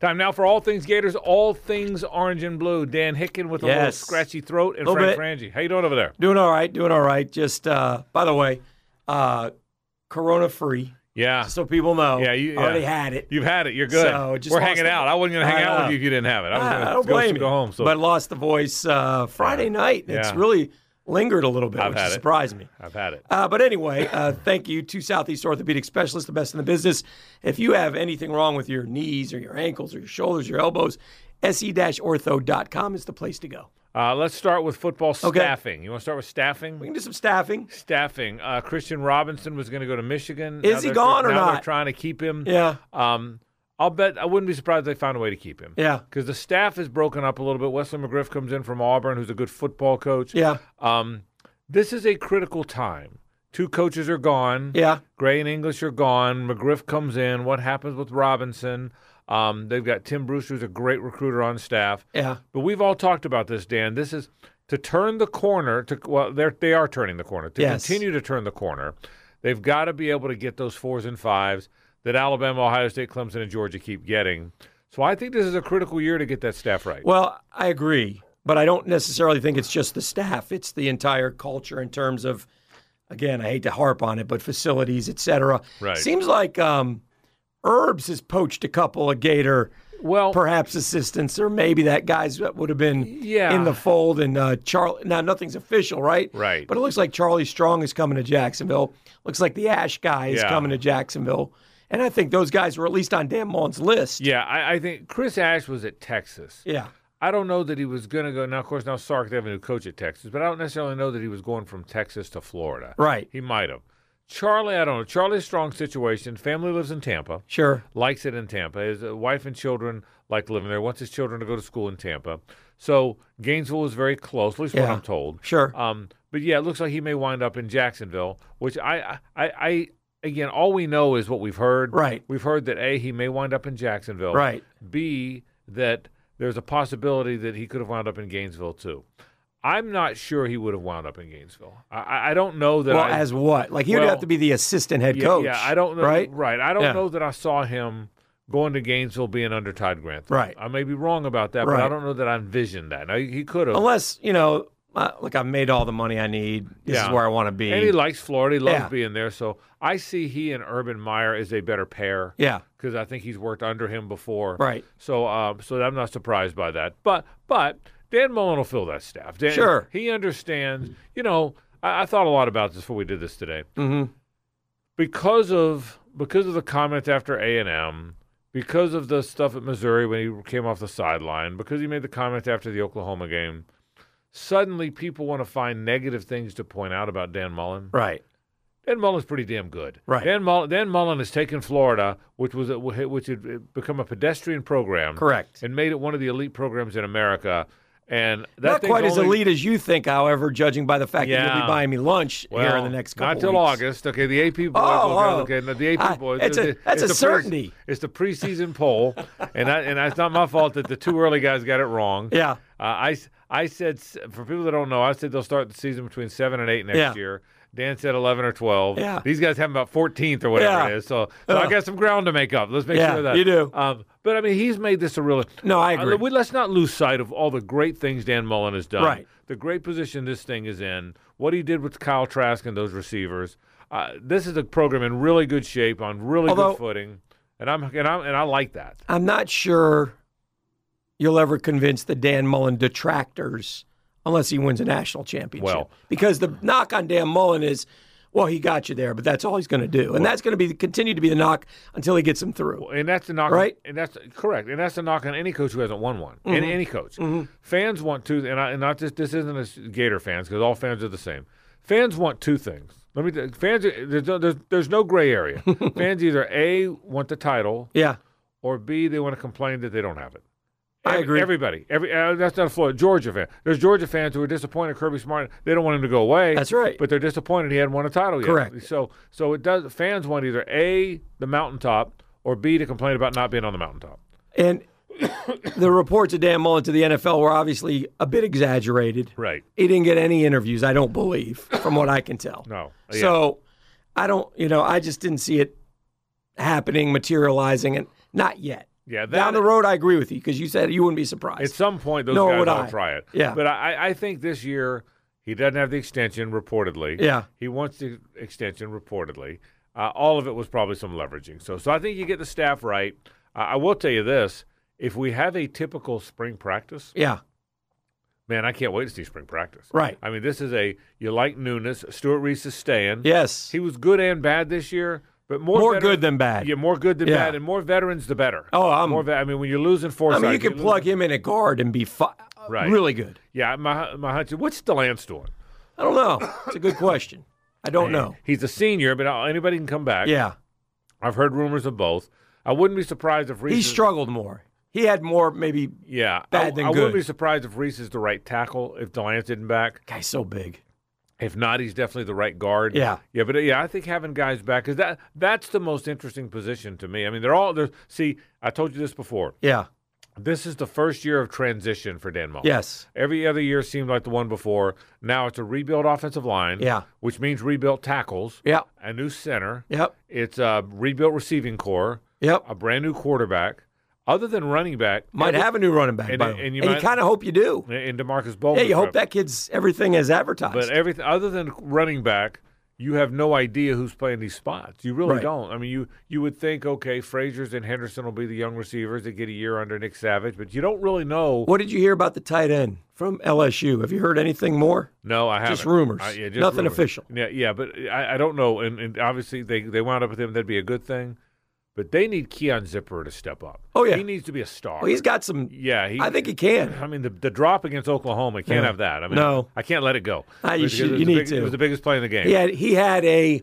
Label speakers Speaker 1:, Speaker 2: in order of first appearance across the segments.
Speaker 1: Time now for all things Gators, all things orange and blue. Dan Hicken with a little
Speaker 2: Yes.
Speaker 1: scratchy throat, and
Speaker 2: Little
Speaker 1: Frank
Speaker 2: bit.
Speaker 1: Frangie. How you doing over there?
Speaker 2: Doing all right. Doing all right. Just uh, by the way, uh, corona free,
Speaker 1: Yeah,
Speaker 2: so people know.
Speaker 1: Yeah, you- yeah.
Speaker 2: already had it.
Speaker 1: you've had it. You're good.
Speaker 2: So, just
Speaker 1: We're
Speaker 2: lost
Speaker 1: hanging
Speaker 2: the-
Speaker 1: out. I wasn't gonna hang
Speaker 2: I
Speaker 1: out
Speaker 2: know. Ah,
Speaker 1: with you if you didn't have it. I was
Speaker 2: I
Speaker 1: gonna
Speaker 2: don't
Speaker 1: go,
Speaker 2: blame
Speaker 1: go
Speaker 2: you.
Speaker 1: home. So
Speaker 2: But lost the voice uh, Friday night. It's
Speaker 1: Yeah.
Speaker 2: really lingered a little bit,
Speaker 1: I've
Speaker 2: which
Speaker 1: had it.
Speaker 2: surprised me.
Speaker 1: I've had it.
Speaker 2: Uh, but anyway, uh, thank you to Southeast Orthopedic Specialists, the best in the business. If you have anything wrong with your knees or your ankles or your shoulders, your elbows, E se-ortho.com is the place to go.
Speaker 1: Uh, let's start with football staffing. You want to start with staffing?
Speaker 2: We can do some staffing.
Speaker 1: staffing. Uh, Christian Robinson was going to go to Michigan.
Speaker 2: Is
Speaker 1: Now
Speaker 2: he
Speaker 1: they're-
Speaker 2: gone or
Speaker 1: now They're
Speaker 2: not?
Speaker 1: trying to keep him.
Speaker 2: Yeah,
Speaker 1: Um, I'll bet I wouldn't be surprised if they found a way to keep him.
Speaker 2: yeah,
Speaker 1: Because the staff is broken up a little bit. Wesley McGriff comes in from Auburn, who's a good football coach.
Speaker 2: yeah,
Speaker 1: Um, this is a critical time. Two coaches are gone.
Speaker 2: yeah.
Speaker 1: Gray and English are gone. McGriff comes in. What happens with Robinson? Um, they've got Tim Bruce, who's a great recruiter on staff.
Speaker 2: Yeah.
Speaker 1: But we've all talked about this, Dan. This is to turn the corner. To well, they're they are turning the corner. To
Speaker 2: Yes.
Speaker 1: continue to turn the corner, they've got to be able to get those fours and fives that Alabama, Ohio State, Clemson, and Georgia keep getting. So I think this is a critical year to get that staff right.
Speaker 2: Well, I agree, but I don't necessarily think it's just the staff. It's the entire culture in terms of, again, I hate to harp on it, but facilities, et cetera.
Speaker 1: Right.
Speaker 2: Seems like um, Herbs has poached a couple of Gator,
Speaker 1: Well,
Speaker 2: perhaps assistants, or maybe that guy's that would have been
Speaker 1: Yeah.
Speaker 2: in the fold. And uh, Charlie, now nothing's official, right?
Speaker 1: Right.
Speaker 2: But it looks like Charlie Strong is coming to Jacksonville. Looks like the Ash guy is
Speaker 1: Yeah.
Speaker 2: coming to Jacksonville. And I think those guys were at least on Dan Mullen's list.
Speaker 1: yeah, I, I think Chris Ash was at Texas.
Speaker 2: Yeah.
Speaker 1: I don't know that he was going to go. Now, of course, now Sark they have a new coach at Texas, but I don't necessarily know that he was going from Texas to Florida.
Speaker 2: Right.
Speaker 1: He might have. Charlie, I don't know. Charlie's strong situation. Family lives in Tampa,
Speaker 2: Sure.
Speaker 1: likes it in Tampa. His uh, wife and children like living there. Wants his children to go to school in Tampa. So Gainesville is very close, at least what
Speaker 2: Yeah.
Speaker 1: I'm told.
Speaker 2: Sure.
Speaker 1: Um, but yeah, it looks like he may wind up in Jacksonville, which I, I, I, I again, all we know is what we've heard.
Speaker 2: Right.
Speaker 1: We've heard that a he may wind up in Jacksonville.
Speaker 2: Right.
Speaker 1: B that there's a possibility that he could have wound up in Gainesville too. I'm not sure he would have wound up in Gainesville. I- I, I don't know that.
Speaker 2: Well,
Speaker 1: I,
Speaker 2: as what? Like he would
Speaker 1: Well,
Speaker 2: have to be the assistant head
Speaker 1: yeah,
Speaker 2: coach.
Speaker 1: yeah, I don't know.
Speaker 2: Right?
Speaker 1: I don't
Speaker 2: Yeah.
Speaker 1: know that I saw him going to Gainesville being under Todd Grantham.
Speaker 2: Right.
Speaker 1: I may be wrong about that, but I
Speaker 2: Right.
Speaker 1: don't know that I envisioned that. Now he he could have.
Speaker 2: Unless you know, uh, like I've made all the money I need. This
Speaker 1: Yeah.
Speaker 2: is where I want to be.
Speaker 1: And he likes Florida. He loves
Speaker 2: Yeah.
Speaker 1: being there. So I see he and Urban Meyer as a better pair
Speaker 2: yeah.
Speaker 1: because I think he's worked under him before.
Speaker 2: Right.
Speaker 1: So, um, so I'm not surprised by that. But, but Dan Mullen will fill that staff. Dan,
Speaker 2: Sure.
Speaker 1: He understands. You know, I, I thought a lot about this before we did this today
Speaker 2: Mm-hmm.
Speaker 1: because of because of the comments after A and M, because of the stuff at Missouri when he came off the sideline, because he made the comments after the Oklahoma game. Suddenly, people want to find negative things to point out about Dan Mullen.
Speaker 2: Right.
Speaker 1: Dan Mullen's pretty damn good.
Speaker 2: Right.
Speaker 1: Dan Mullen, Dan Mullen has taken Florida, which was a, which had become a pedestrian program,
Speaker 2: Correct.
Speaker 1: and made it one of the elite programs in America. And that
Speaker 2: Not
Speaker 1: thing's
Speaker 2: quite as
Speaker 1: only-
Speaker 2: elite as you think, however, judging by the fact that you'll
Speaker 1: Yeah.
Speaker 2: be buying me lunch here
Speaker 1: Well,
Speaker 2: in the next couple.
Speaker 1: Not till
Speaker 2: weeks.
Speaker 1: August. Okay, the AP boys.
Speaker 2: Oh,
Speaker 1: okay,
Speaker 2: oh.
Speaker 1: okay, no, the AP
Speaker 2: I-
Speaker 1: boys.
Speaker 2: it's a-
Speaker 1: it's
Speaker 2: that's a
Speaker 1: the pre-
Speaker 2: certainty.
Speaker 1: it's the preseason poll, and I, and it's not my fault that the two early guys got it wrong.
Speaker 2: Yeah.
Speaker 1: Uh, I s- I said s- for people that don't know, I said they'll start the season between seven and eight next
Speaker 2: Yeah.
Speaker 1: year. Dan said eleven or twelve.
Speaker 2: Yeah.
Speaker 1: These guys have about fourteenth or whatever
Speaker 2: Yeah.
Speaker 1: it is. So, so I
Speaker 2: Ugh.
Speaker 1: got some ground to make up. Let's make
Speaker 2: Yeah,
Speaker 1: sure of that
Speaker 2: you do.
Speaker 1: Um, but I mean, he's made this a real.
Speaker 2: No, I
Speaker 1: Uh,
Speaker 2: agree.
Speaker 1: we- let's not lose sight of all the great things Dan Mullen has done.
Speaker 2: Right.
Speaker 1: The great position this thing is in, what he did with Kyle Trask and those receivers. Uh, this is a program in really good shape on really
Speaker 2: Although-
Speaker 1: good footing, and I'm and I'm and I like that.
Speaker 2: I'm not sure you'll ever convince the Dan Mullen detractors unless he wins a national championship.
Speaker 1: Well-
Speaker 2: because the knock on Dan Mullen is, well, he got you there, but that's all he's going to do, and that's going to be continue to be the knock until he gets him through.
Speaker 1: And that's the knock,
Speaker 2: Right. Mm-hmm.
Speaker 1: And that's correct. And that's the knock on any coach who hasn't won one. Any, any coach, fans want two, and, I, and not just this isn't a s- Gator fans because all fans are the same. Fans want two things. Let me t- fans. are- There's no, there's, there's no gray area. fans either a want the title
Speaker 2: Yeah,
Speaker 1: or B, they want to complain that they don't have it.
Speaker 2: I
Speaker 1: Ev-
Speaker 2: agree.
Speaker 1: Everybody, every uh, that's not a Florida Georgia fan. There's Georgia fans who are disappointed Kirby Smart. They don't want him to go away.
Speaker 2: That's right.
Speaker 1: But they're disappointed he hadn't won a title yet.
Speaker 2: Correct.
Speaker 1: So, so it does. Fans want either A, the mountaintop, or B, to complain about not being on the mountaintop.
Speaker 2: And the reports of Dan Mullen to the NFL were obviously a bit exaggerated.
Speaker 1: Right.
Speaker 2: He didn't get any interviews, I don't believe, from what I can tell.
Speaker 1: No. Yeah.
Speaker 2: So I don't, you know, I just didn't see it happening, materializing, and not yet.
Speaker 1: Yeah, that,
Speaker 2: Down the road, I agree with you because you said you wouldn't be surprised.
Speaker 1: At some point, those
Speaker 2: Nor
Speaker 1: guys
Speaker 2: would
Speaker 1: will
Speaker 2: I.
Speaker 1: try it.
Speaker 2: Yeah.
Speaker 1: But I, I think this year he doesn't have the extension reportedly.
Speaker 2: Yeah.
Speaker 1: He wants the extension reportedly. Uh, all of it was probably some leveraging. So, so I think you get the staff right. I I will tell you this: if we have a typical spring practice,
Speaker 2: yeah,
Speaker 1: man, I can't wait to see spring practice.
Speaker 2: right.
Speaker 1: I mean, this is a you like newness. Stuart Reese is staying.
Speaker 2: Yes,
Speaker 1: He was good and bad this year, but more
Speaker 2: more
Speaker 1: veteran-
Speaker 2: good than bad.
Speaker 1: Yeah, more good than
Speaker 2: Yeah.
Speaker 1: bad, and more veterans the better.
Speaker 2: Oh, I'm-
Speaker 1: more. Ve- I mean, when you're losing
Speaker 2: I
Speaker 1: Forsythe,
Speaker 2: mean, you could
Speaker 1: you're
Speaker 2: plug him in at guard and be fi-
Speaker 1: Right.
Speaker 2: really good.
Speaker 1: Yeah, my my hunch. is- What's Delance doing?
Speaker 2: I don't know. It's a good question. I don't know.
Speaker 1: He's a senior, but anybody can come back.
Speaker 2: Oh. Yeah,
Speaker 1: I've heard rumors of both. I wouldn't be surprised if Reese.
Speaker 2: he
Speaker 1: is-
Speaker 2: struggled more. He had more maybe.
Speaker 1: yeah, I,
Speaker 2: bad than
Speaker 1: I wouldn't
Speaker 2: good.
Speaker 1: be surprised if Reese is the right tackle if Delance isn't back.
Speaker 2: Guy's so big.
Speaker 1: If not, he's definitely the right guard.
Speaker 2: Yeah.
Speaker 1: yeah, but uh, yeah, I think having guys back because that that's the most interesting position to me. I mean, they're all there. See, I told you this before.
Speaker 2: Yeah.
Speaker 1: This is the first year of transition for Dan Mullen.
Speaker 2: Yes.
Speaker 1: Every other year seemed like the one before. Now it's a rebuilt offensive line.
Speaker 2: Yeah.
Speaker 1: which means rebuilt tackles.
Speaker 2: Yeah.
Speaker 1: a new center.
Speaker 2: Yep.
Speaker 1: It's a rebuilt receiving core,
Speaker 2: Yep.
Speaker 1: a brand new quarterback. Other than running back,
Speaker 2: Might have a new running back,
Speaker 1: Um, And-
Speaker 2: by the way.
Speaker 1: and
Speaker 2: and
Speaker 1: you
Speaker 2: you,
Speaker 1: might-
Speaker 2: kind of hope you do.
Speaker 1: and Demarcus Bowman.
Speaker 2: Yeah, you hope that kid's everything as advertised.
Speaker 1: But everything other than running back, you have no idea who's playing these spots. You really
Speaker 2: Right.
Speaker 1: don't. I mean, you you would think okay, Frazier's and Henderson will be the young receivers that get a year under Nick Savage, but you don't really know.
Speaker 2: what did you hear about the tight end from LSU? Have you heard anything more?
Speaker 1: No, I haven't.
Speaker 2: Just rumors.
Speaker 1: I- yeah, just
Speaker 2: Nothing
Speaker 1: rumors.
Speaker 2: official.
Speaker 1: Yeah, yeah, but I, I don't know. And, and obviously, they they wound up with him. That'd be a good thing. But they need Keon Zipper to step up.
Speaker 2: Oh, yeah.
Speaker 1: he needs to be a star.
Speaker 2: Well, he's got some.
Speaker 1: yeah, he,
Speaker 2: I think he can.
Speaker 1: I mean, the, the drop against Oklahoma can't
Speaker 2: Yeah.
Speaker 1: have that. I mean,
Speaker 2: No.
Speaker 1: I can't let it go.
Speaker 2: Ah, you
Speaker 1: Because
Speaker 2: should-
Speaker 1: it was
Speaker 2: you
Speaker 1: the
Speaker 2: need
Speaker 1: big-
Speaker 2: to.
Speaker 1: It was the biggest play in the game.
Speaker 2: He had he had a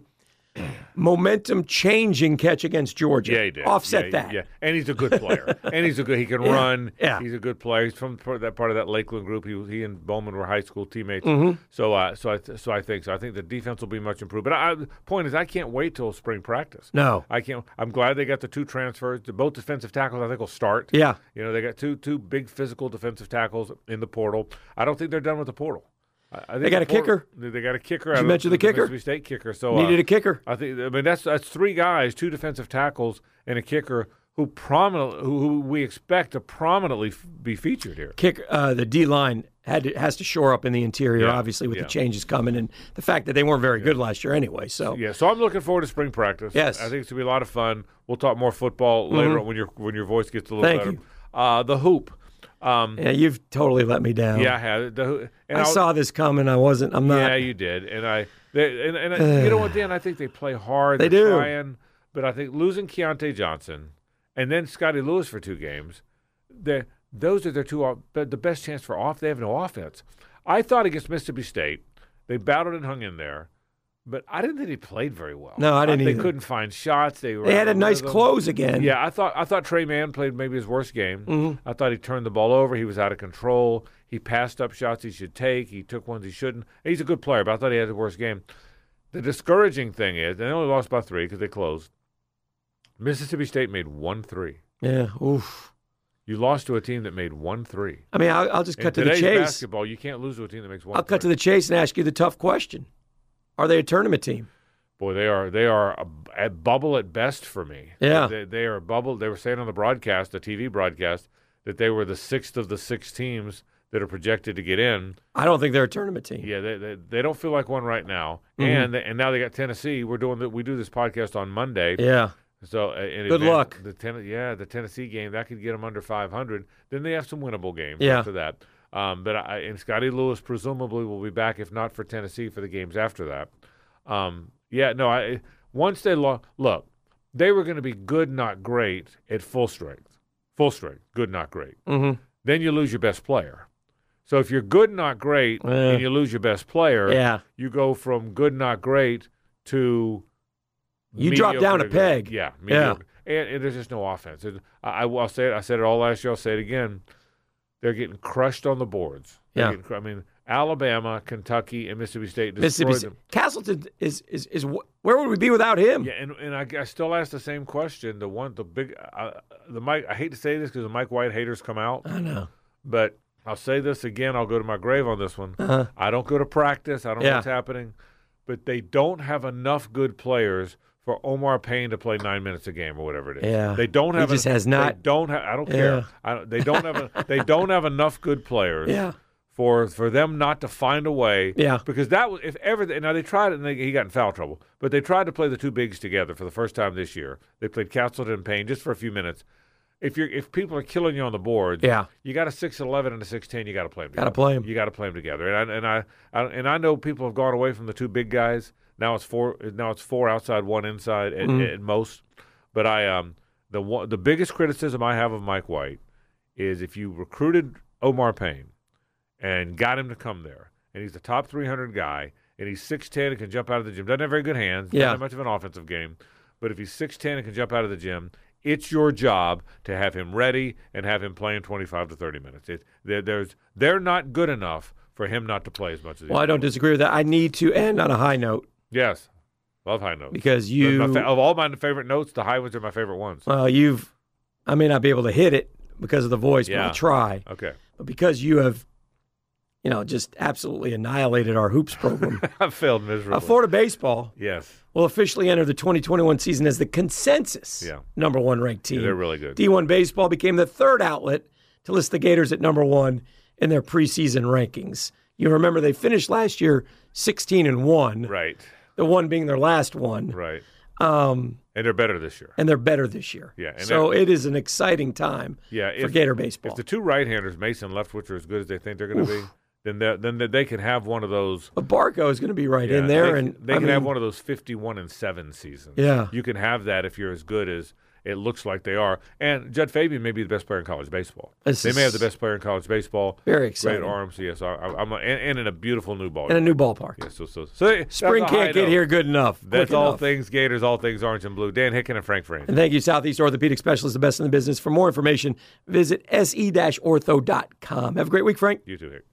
Speaker 2: momentum changing catch against Georgia.
Speaker 1: yeah, he did.
Speaker 2: Offset
Speaker 1: Yeah,
Speaker 2: that.
Speaker 1: Yeah, and he's a good player. and he's a good. He can run.
Speaker 2: Yeah.
Speaker 1: he's a good player. He's from part- that part of that Lakeland group. He was- he and Bowman were high school teammates.
Speaker 2: Mm-hmm.
Speaker 1: So uh, so I th- so I think so. I think the defense will be much improved. But I, I- the point is, I can't wait till spring practice.
Speaker 2: No.
Speaker 1: I can't. I'm glad they got the two transfers. The- Both defensive tackles, I think, will start.
Speaker 2: Yeah.
Speaker 1: You know, they got two two big physical defensive tackles in the portal. I don't think they're done with the portal. I, I think
Speaker 2: got
Speaker 1: the
Speaker 2: a kicker?
Speaker 1: They they got a kicker. out of
Speaker 2: mention the kicker?
Speaker 1: Mississippi State kicker. So uh,
Speaker 2: Needed a kicker.
Speaker 1: I think. I mean, that's that's three guys, two defensive tackles, and a kicker who prominent who, who we expect to prominently f- be featured here.
Speaker 2: Kick uh, the D line had to, has to shore up in the interior,
Speaker 1: Yeah,
Speaker 2: obviously, with
Speaker 1: yeah.
Speaker 2: the changes coming and the fact that they weren't very good last year anyway. So
Speaker 1: Yeah, so I'm looking forward to spring practice.
Speaker 2: Yes. Mm-hmm.
Speaker 1: I think it's gonna be a lot of fun. We'll talk more football later on when your when your voice gets a little
Speaker 2: Thank
Speaker 1: better.
Speaker 2: you.
Speaker 1: Uh, the hoop. Um,
Speaker 2: yeah, you've totally let me down.
Speaker 1: yeah, I had it. The, hoo- and
Speaker 2: I
Speaker 1: I'll-
Speaker 2: saw this coming. I wasn't. I'm not.
Speaker 1: Yeah, you did, and I. They, and and I, you know what, Dan? I think they play hard.
Speaker 2: They
Speaker 1: They're
Speaker 2: do.
Speaker 1: trying, but I think losing Keontae Johnson and then Scotty Lewis for two games, they those are their two off, the the best chance for off. They have no offense. I thought against Mississippi State, they battled and hung in there, but I didn't think they played very well.
Speaker 2: No, I didn't
Speaker 1: They
Speaker 2: either.
Speaker 1: couldn't find shots. They were
Speaker 2: They
Speaker 1: out
Speaker 2: had a
Speaker 1: of
Speaker 2: nice
Speaker 1: rhythm.
Speaker 2: close again.
Speaker 1: Yeah, I thought I thought Trey Mann played maybe his worst game.
Speaker 2: Mm-hmm.
Speaker 1: I thought he turned the ball over. He was out of control. He passed up shots he should take. He took ones he shouldn't. He's a good player, but I thought he had the worst game. The discouraging thing is they only lost by three because they closed. Mississippi State made one three.
Speaker 2: Yeah. Oof.
Speaker 1: You lost to a team that made one three.
Speaker 2: I mean, I'll, I'll just cut
Speaker 1: In
Speaker 2: to the
Speaker 1: today's
Speaker 2: chase.
Speaker 1: basketball, you can't lose to a team that makes one.
Speaker 2: I'll cut to the chase and ask you the tough question: Are they a tournament team?
Speaker 1: Boy, they are they are a, a bubble at best for me.
Speaker 2: Yeah.
Speaker 1: they, they are a bubble. They were saying on the broadcast, the TV broadcast, that they were the sixth of the six teams that are projected to get in.
Speaker 2: I don't think they're a tournament team.
Speaker 1: Yeah, they they, they don't feel like one right now, and and now they got Tennessee. We're doing the, we do this podcast on Monday,
Speaker 2: Yeah.
Speaker 1: so uh, in
Speaker 2: Good
Speaker 1: advance-
Speaker 2: luck.
Speaker 1: The ten, yeah, the Tennessee game that could get them under five hundred. Then they have some winnable games
Speaker 2: Yeah.
Speaker 1: after that. Um, but I, and Scotty Lewis presumably will be back, if not for Tennessee, for the games after that. Um, yeah, no, I once they lo- look, they were going to be good, not great at full strength. Full strength, good, not great
Speaker 2: Mm-hmm.
Speaker 1: then you lose your best player. So if you're good, not great,
Speaker 2: Yeah.
Speaker 1: and you lose your best player,
Speaker 2: Eh. Yeah.
Speaker 1: you go from good, not great to
Speaker 2: You drop
Speaker 1: mediocre
Speaker 2: down a
Speaker 1: to good.
Speaker 2: peg.
Speaker 1: Yeah,
Speaker 2: Yeah.
Speaker 1: mediocre. And, and there's just no offense. And I, I will say it. I said it all last year. I'll say it again. They're getting crushed on the boards. They're
Speaker 2: Yeah.
Speaker 1: getting cr- I mean, Alabama, Kentucky, and Mississippi State destroyed
Speaker 2: Mississippi. State.
Speaker 1: them.
Speaker 2: Castleton is, is is wh- where would we be without him?
Speaker 1: Yeah, and, and I, I still ask the same question. The one, the big, uh, the Mike. I hate to say this because the Mike White haters come out.
Speaker 2: I know.
Speaker 1: But I'll say this again. I'll go to my grave on this one.
Speaker 2: Uh-huh.
Speaker 1: I don't go to practice. I don't know
Speaker 2: Yeah.
Speaker 1: what's happening. But they don't have enough good players for Omar Payne to play nine minutes a game or whatever it is.
Speaker 2: Yeah.
Speaker 1: They don't
Speaker 2: He
Speaker 1: have.
Speaker 2: just
Speaker 1: en-
Speaker 2: has
Speaker 1: they
Speaker 2: not-
Speaker 1: don't have. I don't
Speaker 2: Yeah.
Speaker 1: care. I don't, they don't have. A, they don't have enough good players.
Speaker 2: Yeah.
Speaker 1: For for them not to find a way.
Speaker 2: Yeah.
Speaker 1: Because that was if ever now they tried it and they, he got in foul trouble, but they tried to play the two bigs together for the first time this year. They played Castleton and Payne just for a few minutes. If you're if people are killing you on the boards,
Speaker 2: Yeah.
Speaker 1: you got a six eleven and a six ten. You got to play them.
Speaker 2: Gotta
Speaker 1: together.
Speaker 2: play 'em.
Speaker 1: You got to play them together. And I, and I, I and I know people have gone away from the two big guys. Now it's four. Now it's four outside, one inside at,
Speaker 2: Mm-hmm.
Speaker 1: at most. But I um the one, the biggest criticism I have of Mike White is if you recruited Omar Payne and got him to come there, and he's the top 300 guy, and he's 6'10 and can jump out of the gym. Doesn't have very good hands.
Speaker 2: Yeah.
Speaker 1: Doesn't have much of an offensive game. But if he's 6'10 and can jump out of the gym, it's your job to have him ready and have him playing 25 to 30 minutes. It, there, there's, they're not good enough for him not to play as much as he
Speaker 2: Well, I don't disagree with that. I need to end on a high note
Speaker 1: Yes. Love high notes.
Speaker 2: because
Speaker 1: They're my
Speaker 2: you,
Speaker 1: fa- of all my favorite notes, the high ones are my favorite ones.
Speaker 2: well, you've, I may not be able to hit it because of the voice, but
Speaker 1: Yeah.
Speaker 2: I'll try.
Speaker 1: Okay.
Speaker 2: But because you have, you know, just absolutely annihilated our hoops program,
Speaker 1: I've failed miserably.
Speaker 2: uh, Florida baseball
Speaker 1: yes.
Speaker 2: will officially enter the 2021 season as the consensus
Speaker 1: Yeah.
Speaker 2: number one ranked team.
Speaker 1: they're really good.
Speaker 2: D1 Baseball became the third outlet to list the Gators at number one in their preseason rankings. You remember they finished last year 16 and one,
Speaker 1: Right.
Speaker 2: the one being their last one,
Speaker 1: Right.
Speaker 2: um,
Speaker 1: And they're better this year.
Speaker 2: and they're better this year.
Speaker 1: Yeah, and
Speaker 2: so it is an exciting time
Speaker 1: Yeah.
Speaker 2: for
Speaker 1: if-
Speaker 2: Gator baseball.
Speaker 1: If the two right-handers, Mason and Leftwich, are as good as they think they're going to be, then they're- then they- they can have one of those.
Speaker 2: but Barco is going to be right in
Speaker 1: Yeah,
Speaker 2: there,
Speaker 1: they,
Speaker 2: and
Speaker 1: they
Speaker 2: I
Speaker 1: can have
Speaker 2: mean,
Speaker 1: one of those fifty-one and seven seasons.
Speaker 2: Yeah.
Speaker 1: you can have that if you're as good as it looks like they are. And Judd Fabian may be the best player in college baseball.
Speaker 2: This
Speaker 1: they may have the
Speaker 2: is
Speaker 1: best player in college baseball.
Speaker 2: Very
Speaker 1: Great
Speaker 2: exciting.
Speaker 1: arms, yes. I, I'm a, and, and in a beautiful new ball.
Speaker 2: and a new ballpark.
Speaker 1: Yeah, so, so, so
Speaker 2: Spring
Speaker 1: that's a high
Speaker 2: can't get
Speaker 1: note.
Speaker 2: here good enough.
Speaker 1: That's
Speaker 2: quick
Speaker 1: all
Speaker 2: enough.
Speaker 1: things Gators, all things orange and blue. Dan Hicken and Frank Frame.
Speaker 2: And thank you, Southeast Orthopedic Specialists, the E best in the business. For more information, visit se-ortho.com. Have a great week, Frank.
Speaker 1: You too, Hick.